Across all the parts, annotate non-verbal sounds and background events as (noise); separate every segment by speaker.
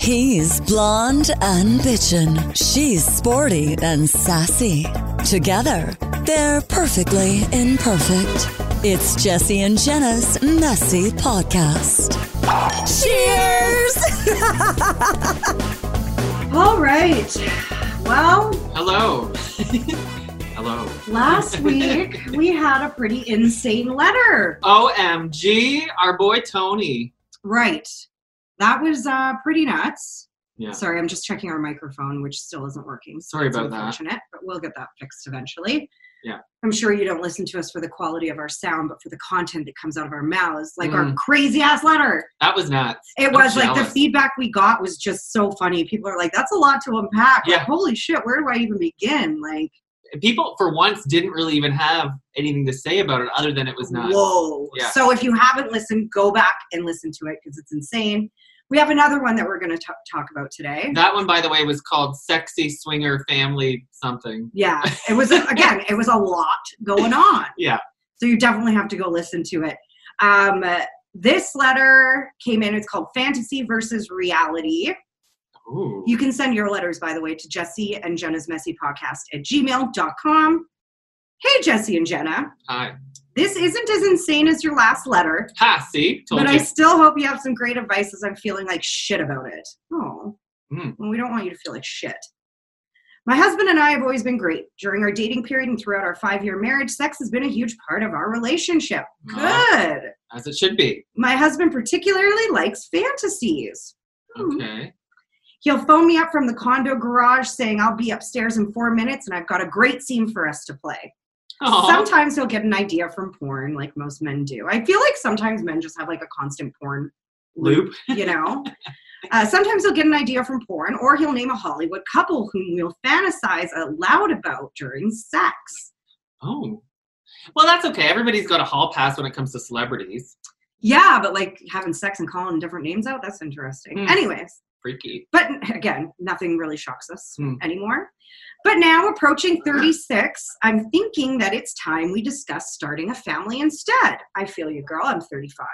Speaker 1: He's blonde and bitchin'. She's sporty and sassy. Together, they're perfectly imperfect. It's Jesse and Jenna's messy podcast. Cheers!
Speaker 2: All right. Well,
Speaker 3: (laughs) Hello. Hello.
Speaker 2: last week we had a pretty insane letter.
Speaker 3: OMG, our boy Tony.
Speaker 2: Right. That was uh, pretty nuts.
Speaker 3: Yeah.
Speaker 2: Sorry, I'm just checking our microphone, which still isn't working. So
Speaker 3: Sorry
Speaker 2: it's
Speaker 3: about that.
Speaker 2: unfortunate, but we'll get that fixed eventually.
Speaker 3: Yeah.
Speaker 2: I'm sure you don't listen to us for the quality of our sound, but for the content that comes out of our mouths, like our
Speaker 3: Mm.
Speaker 2: crazy ass letter.
Speaker 3: That was nuts.
Speaker 2: It
Speaker 3: I'm
Speaker 2: was like the
Speaker 3: jealous.
Speaker 2: feedback we got was just so funny. People are like, that's a lot to unpack. Like,
Speaker 3: Yeah.
Speaker 2: holy shit, where do I even begin? Like,
Speaker 3: People, for once, didn't really even have anything to say about it other than it was nuts.
Speaker 2: Whoa.
Speaker 3: Yeah.
Speaker 2: So if you haven't listened, go back and listen to it because it's insane. We have another one that we're going to talk about today.
Speaker 3: That one, by the way, was called Sexy Swinger Family Something.
Speaker 2: yeah. It was, again, it was a lot going on.
Speaker 3: Yeah.
Speaker 2: So you definitely have to go listen to it. Um, this letter came in. It's called Fantasy versus Reality.
Speaker 3: Ooh.
Speaker 2: You can send your letters, by the way, to Jesse and Jenna's Messy Podcast at gmail.com. Hey, Jesse and Jenna.
Speaker 3: Hi.
Speaker 2: This isn't as insane as your last letter.
Speaker 3: Ha, see? Told
Speaker 2: but
Speaker 3: you.
Speaker 2: I still hope you have some great advice as I'm feeling like shit about it. Oh,
Speaker 3: Hmm.
Speaker 2: well, we don't want you to feel like shit. My husband and I have always been great. During our dating period and throughout our five year marriage, sex has been a huge part of our relationship.
Speaker 3: Oh,
Speaker 2: Good.
Speaker 3: as it should be.
Speaker 2: My husband particularly likes fantasies. Hmm.
Speaker 3: Okay.
Speaker 2: He'll phone me up from the condo garage saying, I'll be upstairs in four minutes and I've got a great scene for us to play.
Speaker 3: Aw.
Speaker 2: Sometimes he'll get an idea from porn, like most men do. I feel like sometimes men just have like a constant porn
Speaker 3: Loop.
Speaker 2: you know. Uh, sometimes he'll get an idea from porn, or he'll name a Hollywood couple whom we'll fantasize aloud about during sex.
Speaker 3: Oh. Well, that's okay. Everybody's got a hall pass when it comes to celebrities.
Speaker 2: Yeah, but like having sex and calling different names out, that's interesting.
Speaker 3: Hmm.
Speaker 2: Anyways,
Speaker 3: Freaky. (gasps)
Speaker 2: but (laughs) again, nothing really shocks us
Speaker 3: Hmm.
Speaker 2: anymore. But now, approaching 36, I'm thinking that it's time we discuss starting a family instead. I feel you, girl. I'm 35.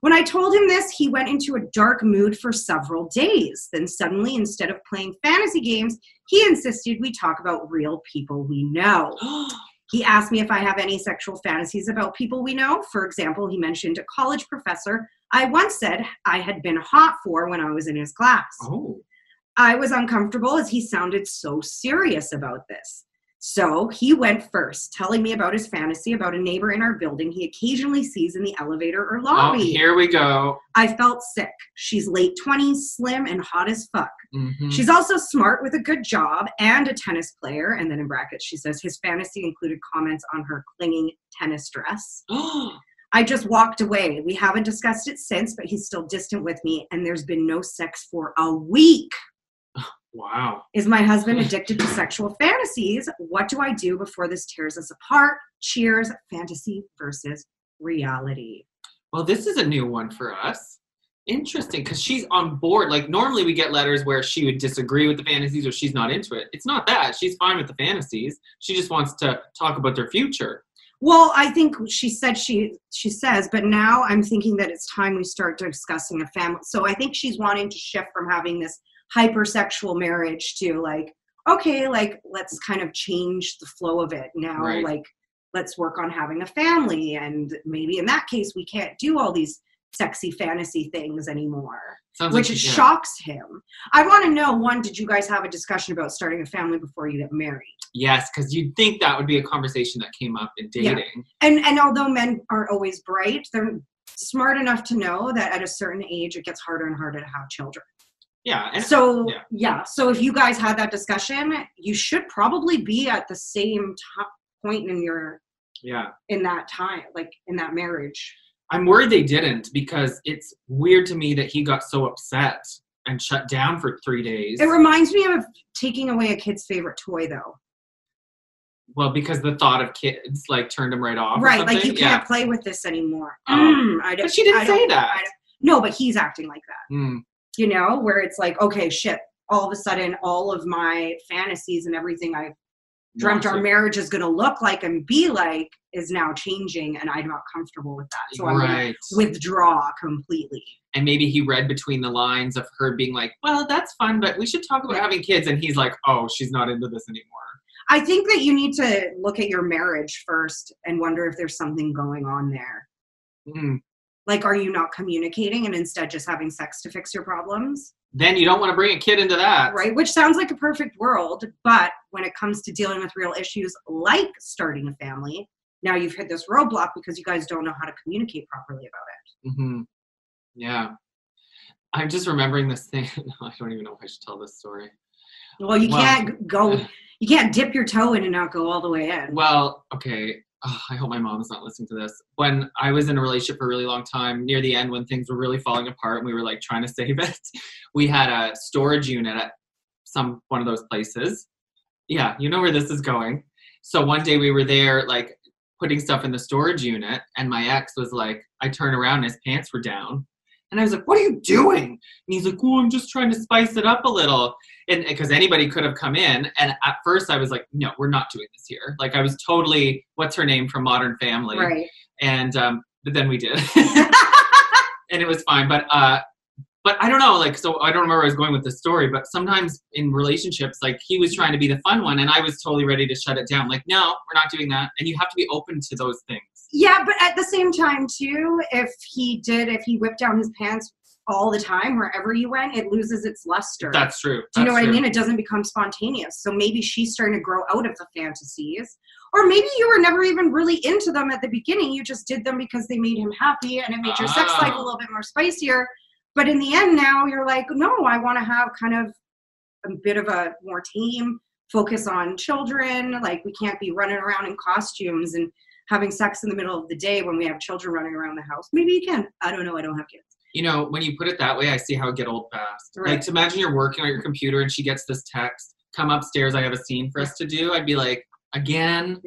Speaker 2: When I told him this, he went into a dark mood for several days. Then, suddenly, instead of playing fantasy games, he insisted we talk about real people we know.
Speaker 3: Oh.
Speaker 2: He asked me if I have any sexual fantasies about people we know. For example, he mentioned a college professor I once said I had been hot for when I was in his class.
Speaker 3: oh.
Speaker 2: I was uncomfortable as he sounded so serious about this. So he went first, telling me about his fantasy about a neighbor in our building he occasionally sees in the elevator or
Speaker 3: Oh,
Speaker 2: lobby.
Speaker 3: here we go.
Speaker 2: I felt sick. She's late 20s, slim, and hot as fuck.
Speaker 3: Mhm. (gasps)
Speaker 2: She's (gasps) also smart with a good job and a tennis player. And then in brackets, she says his fantasy included comments on her clinging tennis dress. I just walked away. We haven't discussed it since, but he's still distant with me, and there's been no sex for a week.
Speaker 3: wow.
Speaker 2: Is my husband addicted to sexual fantasies? What do I do before this tears us apart? Cheers, fantasy versus reality.
Speaker 3: Well, this is a new one for us. Interesting, because she's on board. Like normally we get letters where she would disagree with the fantasies or she's not into it. It's not that. She's fine with the fantasies. She just wants to talk about their future.
Speaker 2: Well, I think she said she she says, but now I'm thinking that it's time we start discussing a family. So I think she's wanting to shift from having this hypersexual marriage to like, okay, like let's kind of change the flow of it now.
Speaker 3: Right.
Speaker 2: Like let's work on having a family, and maybe in that case we can't do all these sexy fantasy things anymore.
Speaker 3: Sounds
Speaker 2: which
Speaker 3: like she- yeah.
Speaker 2: shocks him. I want to know one, did you guys have a discussion about starting a family before you get married?
Speaker 3: Yes, because you'd think that would be a conversation that came up in
Speaker 2: Yeah.
Speaker 3: dating.
Speaker 2: And and although men aren't always bright, they're smart enough to know that at a certain age it gets harder and harder to have children.
Speaker 3: Yeah. And
Speaker 2: so yeah.
Speaker 3: yeah.
Speaker 2: so if you guys had that discussion, you should probably be at the same to point in your
Speaker 3: yeah.
Speaker 2: in that time, like in that marriage.
Speaker 3: I'm worried they didn't because it's weird to me that he got so upset and shut down for three days.
Speaker 2: It reminds me of taking away a kid's favorite toy though.
Speaker 3: well, because the thought of kids like turned him right off. or
Speaker 2: right, like
Speaker 3: something.
Speaker 2: you can't play with this anymore.
Speaker 3: Oh.
Speaker 2: Mm, I
Speaker 3: Yeah.
Speaker 2: don't-
Speaker 3: But she didn't
Speaker 2: I don't-
Speaker 3: say that.
Speaker 2: I don't- No, but he's acting like that.
Speaker 3: Mm.
Speaker 2: you know, where it's like, okay, shit, all of a sudden, all of my fantasies and everything I've dreamt
Speaker 3: Wants
Speaker 2: our
Speaker 3: it.
Speaker 2: marriage is going to look like and be like is now changing and i'm not comfortable with that so i'm going
Speaker 3: right.
Speaker 2: to withdraw completely
Speaker 3: and maybe he read between the lines of her being like, "Well, that's fun, but we should talk about having kids." And he's like, "Oh, she's not into this anymore."
Speaker 2: i think that you need to look at your marriage first and wonder if there's something going on there
Speaker 3: Mm.
Speaker 2: like are you not communicating and instead just having sex to fix your problems
Speaker 3: Then you don't want to bring a kid into that,
Speaker 2: right which sounds like a perfect world but when it comes to dealing with real issues like starting a family now you've hit this roadblock because you guys don't know how to communicate properly about it
Speaker 3: hmm Yeah, I'm just remembering this thing. (laughs) I don't even know if I should tell this story.
Speaker 2: Well, you
Speaker 3: Wow.
Speaker 2: can't go. You can't dip your toe in and not go all the way in.
Speaker 3: Well, okay. Ugh, I hope my mom is not listening to this. When I was in a relationship for a really long time, near the end, when things were really falling apart and we were like trying to save it, (laughs) we had a storage unit at some one of those places. Yeah, you know where this is going. So one day we were there, like putting stuff in the storage unit, and my ex was like, I turned around and his pants were down. And I was like, What are you doing? And he's like, Oh, I'm just trying to spice it up a little and because anybody could have come in and at first i was like no we're not doing this here like i was totally what's her name from modern family
Speaker 2: right.
Speaker 3: and um but then we
Speaker 2: (laughs)
Speaker 3: did (laughs) and it was fine but uh but i don't know like so i don't remember where i was going with the story but sometimes in relationships like he was trying to be the fun one and i was totally ready to shut it down like no we're not doing that and you have to be open to those things
Speaker 2: Yeah, but at the same time too, if he did, if he whipped down his pants all the time wherever you went, it loses its luster.
Speaker 3: that's true
Speaker 2: Do you know
Speaker 3: That's
Speaker 2: what I
Speaker 3: true.
Speaker 2: mean? It doesn't become spontaneous. So maybe she's starting to grow out of the fantasies, or maybe you were never even really into them at the beginning. You just did them because they made him happy and it made your sex life a
Speaker 3: Ah.
Speaker 2: little bit more spicier. But in the end, now you're like, no, I want to have kind of a bit of a more tame focus on children. Like we can't be running around in costumes and having sex in the middle of the day when we have children running around the house. Maybe you can. I don't know. I don't have kids.
Speaker 3: you know, when you put it that way, I see how it get old fast.
Speaker 2: Right.
Speaker 3: Like, to imagine you're working on your computer and she gets this text, come upstairs, I have a scene for us to do. I'd be like, again?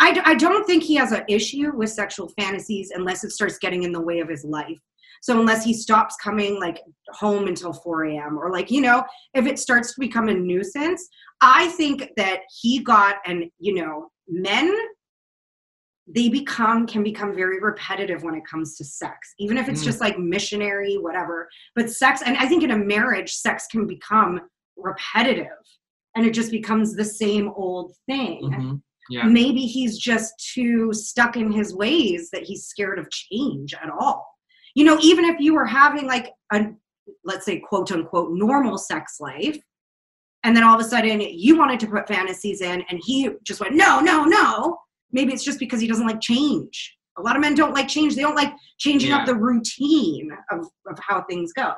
Speaker 2: I, d- I don't think he has an issue with sexual fantasies unless it starts getting in the way of his life. So unless he stops coming like home until 4 a.m. or like, you know, if it starts to become a nuisance, I think that he got and you know, men they become can become very repetitive when it comes to sex. Even if it's
Speaker 3: Mm.
Speaker 2: just like missionary, whatever. But sex and I think in a marriage, sex can become repetitive and it just becomes the same old thing
Speaker 3: Mhm. Yeah.
Speaker 2: maybe he's just too stuck in his ways that he's scared of change at all you know even if you were having like a let's say quote unquote normal sex life and then all of a sudden you wanted to put fantasies in and he just went no no no maybe it's just because he doesn't like change a lot of men don't like change they don't like changing
Speaker 3: Yeah.
Speaker 2: up the routine of, of how things go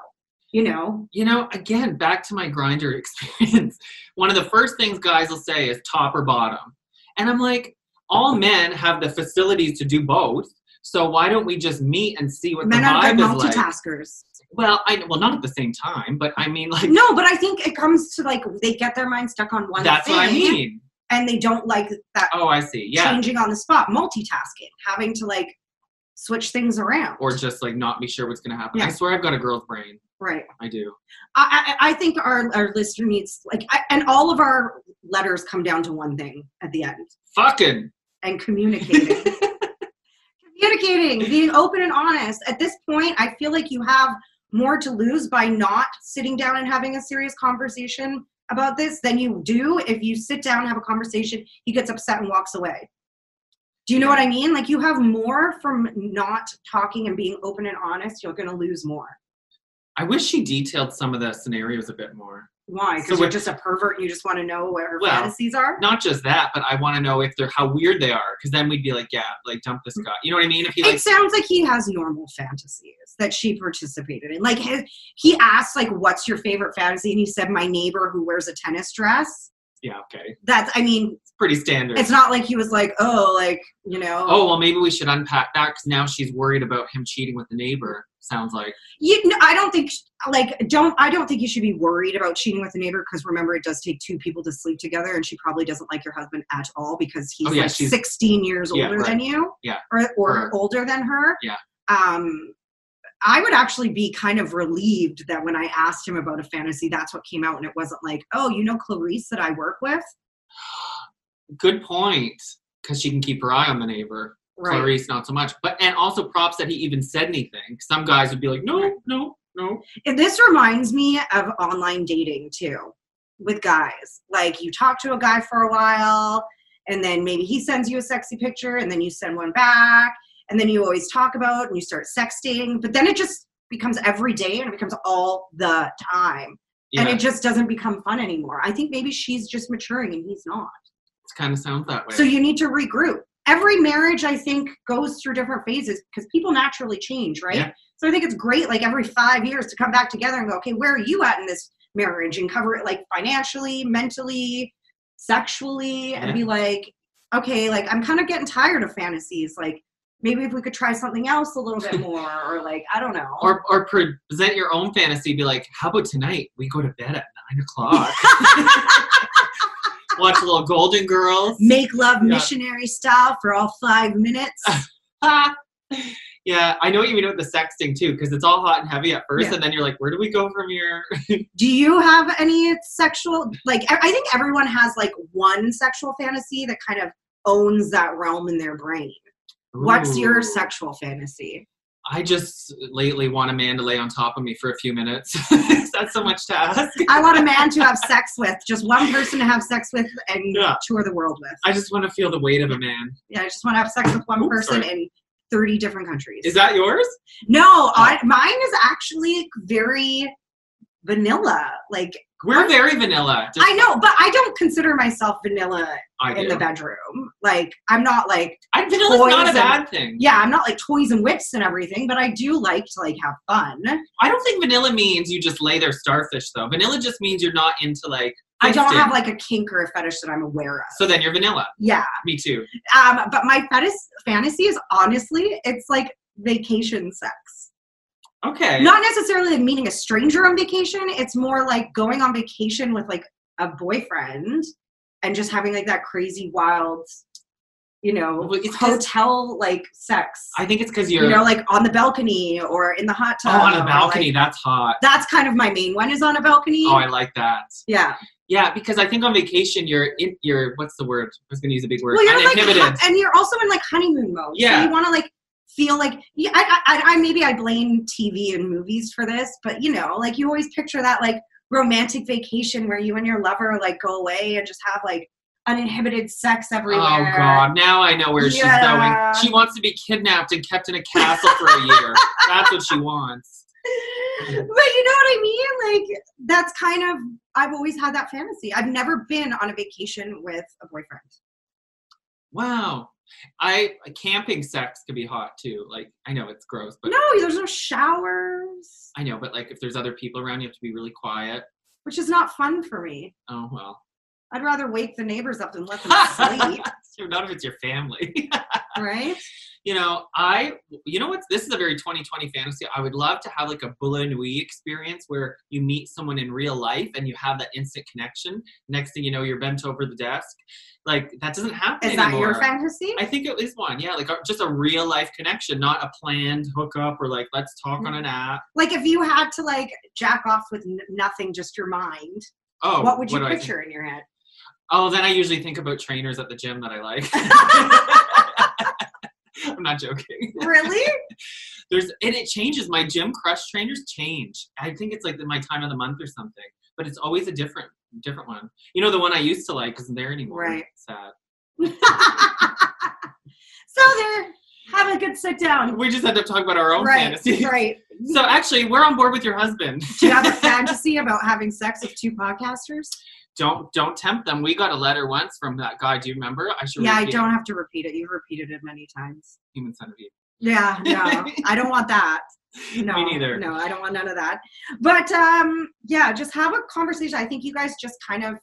Speaker 2: you know
Speaker 3: You know, again, back to my grinder (laughs) experience. One of the first things guys will say is top or bottom. And I'm like, all men have the facilities to do both. So why don't we just meet and see what
Speaker 2: men
Speaker 3: the
Speaker 2: are
Speaker 3: vibe
Speaker 2: good
Speaker 3: is like?
Speaker 2: multitaskers
Speaker 3: Well, I well not at the same time, but I mean like
Speaker 2: no but i think it comes to like they get their mind stuck on one
Speaker 3: that's
Speaker 2: thing
Speaker 3: what I mean.
Speaker 2: and they don't like that
Speaker 3: Oh, I see. Yeah.
Speaker 2: changing on the spot, multitasking, having to like switch things around.
Speaker 3: or just like not be sure what's gonna happen.
Speaker 2: Yeah.
Speaker 3: I swear I've got a girl's brain.
Speaker 2: right.
Speaker 3: I do.
Speaker 2: I, I, I think our, our listener needs like, I, and all of our letters come down to one thing at the end
Speaker 3: Fucking.
Speaker 2: and communicating. communicating, being open and honest. At this point, I feel like you have more to lose by not sitting down and having a serious conversation about this than you do if you sit down and have a conversation, he gets upset and walks away. Do you know what I mean? Like you have more from not talking and being open and honest, you're going to lose more.
Speaker 3: I wish she detailed some of the scenarios a bit more.
Speaker 2: Why?
Speaker 3: So
Speaker 2: Because you're
Speaker 3: what-
Speaker 2: just a pervert and you just want to know what her
Speaker 3: Well,
Speaker 2: fantasies are?
Speaker 3: Not just that, but I want to know if they're how weird they are, because then we'd be like, yeah, like dump this guy. You know what I mean? If he
Speaker 2: it
Speaker 3: like,
Speaker 2: sounds like he has normal fantasies that she participated in. Like his, he asked, like, "What's your favorite fantasy?" and he said, "My neighbor who wears a tennis dress."
Speaker 3: yeah, okay,
Speaker 2: That's, I mean,
Speaker 3: it's pretty standard.
Speaker 2: it's not like he was like, "Oh, like you know."
Speaker 3: oh well, maybe we should unpack that because now she's worried about him cheating with the neighbor. Sounds like
Speaker 2: you, no, I don't think like don't I don't think you should be worried about cheating with a neighbor because remember it does take two people to sleep together, and she probably doesn't like your husband at all because he's
Speaker 3: Oh, yeah,
Speaker 2: like
Speaker 3: she's-
Speaker 2: sixteen years
Speaker 3: Yeah,
Speaker 2: older
Speaker 3: right.
Speaker 2: than you,
Speaker 3: Yeah.
Speaker 2: or or
Speaker 3: Or-
Speaker 2: older than her,
Speaker 3: Yeah.
Speaker 2: Um, I would actually be kind of relieved that when I asked him about a fantasy, that's what came out, and it wasn't like, oh, you know, Clarice that I work with.
Speaker 3: good point. Because she can keep her eye on the neighbor.
Speaker 2: Right.
Speaker 3: Clarice, not so much. But and also props that he even said anything. Some guys would be like, no, no, no.
Speaker 2: And this reminds me of online dating too with guys. Like you talk to a guy for a while and then maybe he sends you a sexy picture and then you send one back and then you always talk about and you start sexting, but then it just becomes every day and it becomes all the time.
Speaker 3: Yeah,
Speaker 2: And it just doesn't become fun anymore. I think maybe she's just maturing and he's not.
Speaker 3: kind of sounds that way.
Speaker 2: So you need to regroup. Every marriage, I think, goes through different phases because people naturally change, right?
Speaker 3: Yeah.
Speaker 2: So I think it's great, like every five years, to come back together and go, okay, where are you at in this marriage? And cover it like financially, mentally, sexually,
Speaker 3: Yeah.
Speaker 2: and be like, okay, like I'm kind of getting tired of fantasies. Like maybe if we could try something else a little
Speaker 3: (laughs)
Speaker 2: bit more, or like, I don't know.
Speaker 3: or or present your own fantasy. Be like, how about tonight we go to bed at nine
Speaker 2: (laughs)
Speaker 3: o'clock? Watch a little Golden Girls.
Speaker 2: make love
Speaker 3: Yeah.
Speaker 2: missionary style for all five
Speaker 3: (laughs)
Speaker 2: minutes.
Speaker 3: Ah. yeah, I know what you mean with the sexting too, because it's all hot and heavy at first,
Speaker 2: Yeah.
Speaker 3: and then you're like, where do we go from here?
Speaker 2: Do you have any sexual like e, I I think everyone has like one sexual fantasy that kind of owns that realm in their brain. What's
Speaker 3: Ooh.
Speaker 2: your sexual fantasy?
Speaker 3: I just lately want a man to lay on top of me for a few minutes. (laughs) That's so much to ask.
Speaker 2: I want a man to have sex with, just one person to have sex with and
Speaker 3: Yeah.
Speaker 2: tour the world with.
Speaker 3: I just want to feel the weight of a man.
Speaker 2: yeah, I just want to have sex with one
Speaker 3: Oops,
Speaker 2: person
Speaker 3: sorry.
Speaker 2: in 30 different countries.
Speaker 3: Is that yours?
Speaker 2: no, I, mine is actually very vanilla. Like
Speaker 3: We're very vanilla. Just-
Speaker 2: I know, but I don't consider myself vanilla
Speaker 3: I
Speaker 2: in
Speaker 3: do.
Speaker 2: the bedroom. Like I'm not like
Speaker 3: I, vanilla's
Speaker 2: Boys
Speaker 3: not a
Speaker 2: and-
Speaker 3: bad thing.
Speaker 2: yeah, I'm not like toys and whips and everything, but I do like to like have fun.
Speaker 3: I don't think vanilla means you just lay there starfish though. Vanilla just means you're not into like.
Speaker 2: I don't
Speaker 3: fisting.
Speaker 2: have like a kink or a fetish that I'm aware of.
Speaker 3: So then you're vanilla.
Speaker 2: Yeah.
Speaker 3: Me too.
Speaker 2: Um, but my fetish fantasy is honestly, it's like vacation sex.
Speaker 3: Okay.
Speaker 2: Not necessarily like meeting a stranger on vacation. It's more like going on vacation with like a boyfriend and just having like that crazy wild, you know,
Speaker 3: Well, it's 'cause-
Speaker 2: hotel like sex.
Speaker 3: I think it's because you're
Speaker 2: you know, like on the balcony or in the hot
Speaker 3: oh,
Speaker 2: tub.
Speaker 3: on a
Speaker 2: or,
Speaker 3: balcony.
Speaker 2: like-
Speaker 3: That's hot.
Speaker 2: that's kind of my main one is on a balcony.
Speaker 3: Oh, I like that.
Speaker 2: yeah.
Speaker 3: Yeah, because I think on vacation you're in, you're what's the word? I was gonna use a big word.
Speaker 2: Well, you're like,
Speaker 3: Uninhibited.
Speaker 2: hu- and you're also in like honeymoon mode.
Speaker 3: Yeah.
Speaker 2: So you want to like feel like yeah, I, I, I maybe I blame TV and movies for this, but you know, like you always picture that like romantic vacation where you and your lover like go away and just have like uninhibited sex everywhere.
Speaker 3: Oh God! Now I know where
Speaker 2: Yeah.
Speaker 3: she's going. She wants to be kidnapped and kept in a castle for
Speaker 2: (laughs)
Speaker 3: a year. That's what she wants.
Speaker 2: (laughs) But you know what I mean? Like that's kind of I've always had that fantasy. I've never been on a vacation with a boyfriend.
Speaker 3: Wow. I camping sex could be hot too. Like I know it's gross, but
Speaker 2: No, there's no showers,
Speaker 3: I know. But like if there's other people around, you have to be really quiet.
Speaker 2: which is not fun for me.
Speaker 3: Oh well.
Speaker 2: I'd rather wake the neighbors up than let
Speaker 3: (laughs)
Speaker 2: them sleep,
Speaker 3: Not if it's your family. (laughs)
Speaker 2: right?
Speaker 3: you know, I, you know what's, this is a very 2020 fantasy. I would love to have like a boule nuit experience where you meet someone in real life and you have that instant connection. Next thing you know, you're bent over the desk. Like, that doesn't happen
Speaker 2: Is that your
Speaker 3: anymore.
Speaker 2: fantasy?
Speaker 3: I think it is one, yeah, like a- just a real life connection, not a planned hookup or like let's talk
Speaker 2: Hmm.
Speaker 3: on an app.
Speaker 2: like if you had to like jack off with n- nothing, just your mind,
Speaker 3: Oh,
Speaker 2: what would you
Speaker 3: do I think?
Speaker 2: picture in your head?
Speaker 3: Oh, then I usually think about trainers at the gym that
Speaker 2: (laughs)
Speaker 3: I like. I'm not joking.
Speaker 2: Really? (laughs)
Speaker 3: There's and it changes. My gym crush trainers change. I think it's like the, my time of the month or something, but it's always a different different one. You know, the one I used to like isn't there anymore.
Speaker 2: Right.
Speaker 3: Sad.
Speaker 2: so there, have a good sit down.
Speaker 3: We just end up talking about our own
Speaker 2: right, (laughs)
Speaker 3: fantasies.
Speaker 2: right.
Speaker 3: So actually, we're on board with your
Speaker 2: (laughs)
Speaker 3: husband.
Speaker 2: Do you have a fantasy about having sex with two podcasters?
Speaker 3: (laughs) don't don't tempt them. We got a letter once from that guy. Do you remember? I should.
Speaker 2: Yeah, I
Speaker 3: repeat it.
Speaker 2: don't have to repeat it. You've repeated it many times.
Speaker 3: Human centipede.
Speaker 2: Yeah, no, I don't want that. No,
Speaker 3: (laughs) Me neither.
Speaker 2: No, I don't want none of that. But um, yeah, just have a conversation. I think you guys just kind of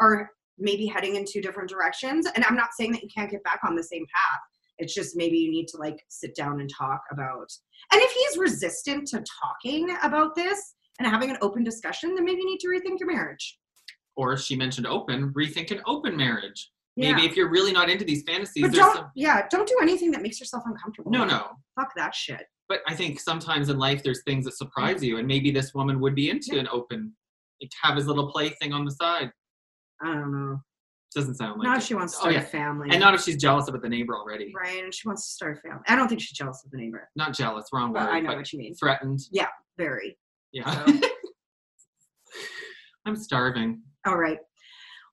Speaker 2: are maybe heading in two different directions. And I'm not saying that you can't get back on the same path. It's just maybe you need to like sit down and talk about. And if he's resistant to talking about this and having an open discussion, then maybe you need to rethink your marriage.
Speaker 3: Or she mentioned open. Rethink an open marriage.
Speaker 2: Yeah.
Speaker 3: Maybe if you're really not into these fantasies,
Speaker 2: But
Speaker 3: there's
Speaker 2: don't,
Speaker 3: some,
Speaker 2: yeah, don't do anything that makes yourself uncomfortable.
Speaker 3: no, no.
Speaker 2: Fuck that shit.
Speaker 3: but I think sometimes in life there's things that
Speaker 2: Mm.
Speaker 3: surprise you, and maybe this woman would be into an open, like have his little play thing on the side.
Speaker 2: I don't know.
Speaker 3: Doesn't sound like
Speaker 2: not
Speaker 3: it.
Speaker 2: if she wants to
Speaker 3: Oh,
Speaker 2: start
Speaker 3: yeah.
Speaker 2: a family.
Speaker 3: And not if she's jealous about the neighbor already.
Speaker 2: right, and she wants to start a family. I don't think she's jealous of the neighbor,
Speaker 3: Not jealous, wrong
Speaker 2: but
Speaker 3: word.
Speaker 2: I know
Speaker 3: but
Speaker 2: what you mean.
Speaker 3: threatened.
Speaker 2: Very.
Speaker 3: Yeah. (laughs) I'm starving.
Speaker 2: All right.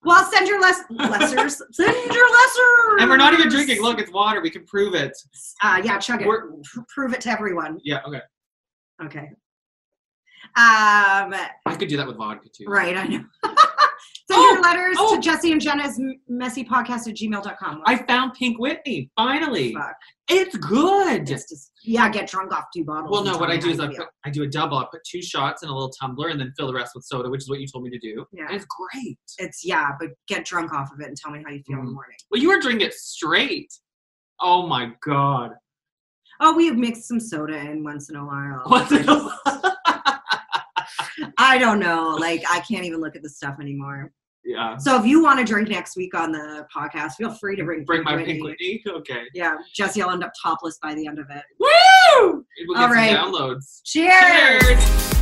Speaker 2: Well, send your less
Speaker 3: (laughs)
Speaker 2: lessers. send your lessers.
Speaker 3: And we're not even drinking. Look, it's water. We can prove it.
Speaker 2: Uh, yeah, chug it.
Speaker 3: We're-
Speaker 2: Pr- prove it to everyone.
Speaker 3: yeah, okay.
Speaker 2: Okay. Um,
Speaker 3: I could do that with vodka too.
Speaker 2: right, I know. (laughs) Send
Speaker 3: Oh,
Speaker 2: your letters
Speaker 3: oh.
Speaker 2: to Jesse and Jenna's messy podcast at gmail.com.
Speaker 3: I found Pink Whitney, finally.
Speaker 2: Fuck.
Speaker 3: It's good.
Speaker 2: It's just, yeah, get drunk off two bottles.
Speaker 3: well,
Speaker 2: and
Speaker 3: no,
Speaker 2: tell
Speaker 3: what
Speaker 2: me
Speaker 3: I
Speaker 2: how
Speaker 3: do is
Speaker 2: you
Speaker 3: I,
Speaker 2: feel.
Speaker 3: put, I do a double. I put two shots in a little tumbler and then fill the rest with soda, which is what you told me to do.
Speaker 2: Yeah.
Speaker 3: And it's great.
Speaker 2: It's, yeah, but get drunk off of it and tell me how you feel in the
Speaker 3: Mm.
Speaker 2: morning.
Speaker 3: Well, you were drinking it straight. Oh my God. (laughs)
Speaker 2: Oh, we have mixed some soda in once in a while.
Speaker 3: What's it
Speaker 2: (laughs) I don't know. Like, I can't even look at the stuff anymore.
Speaker 3: Yeah.
Speaker 2: So if you want to drink next week on the podcast, feel free to bring
Speaker 3: Bring my
Speaker 2: Whitney.
Speaker 3: Pink Whitney. Okay.
Speaker 2: Yeah, Jesse, I'll end up topless by the end of it.
Speaker 3: Woo! We'll get
Speaker 2: All
Speaker 3: some
Speaker 2: right.
Speaker 3: downloads.
Speaker 2: Cheers!
Speaker 3: Cheers.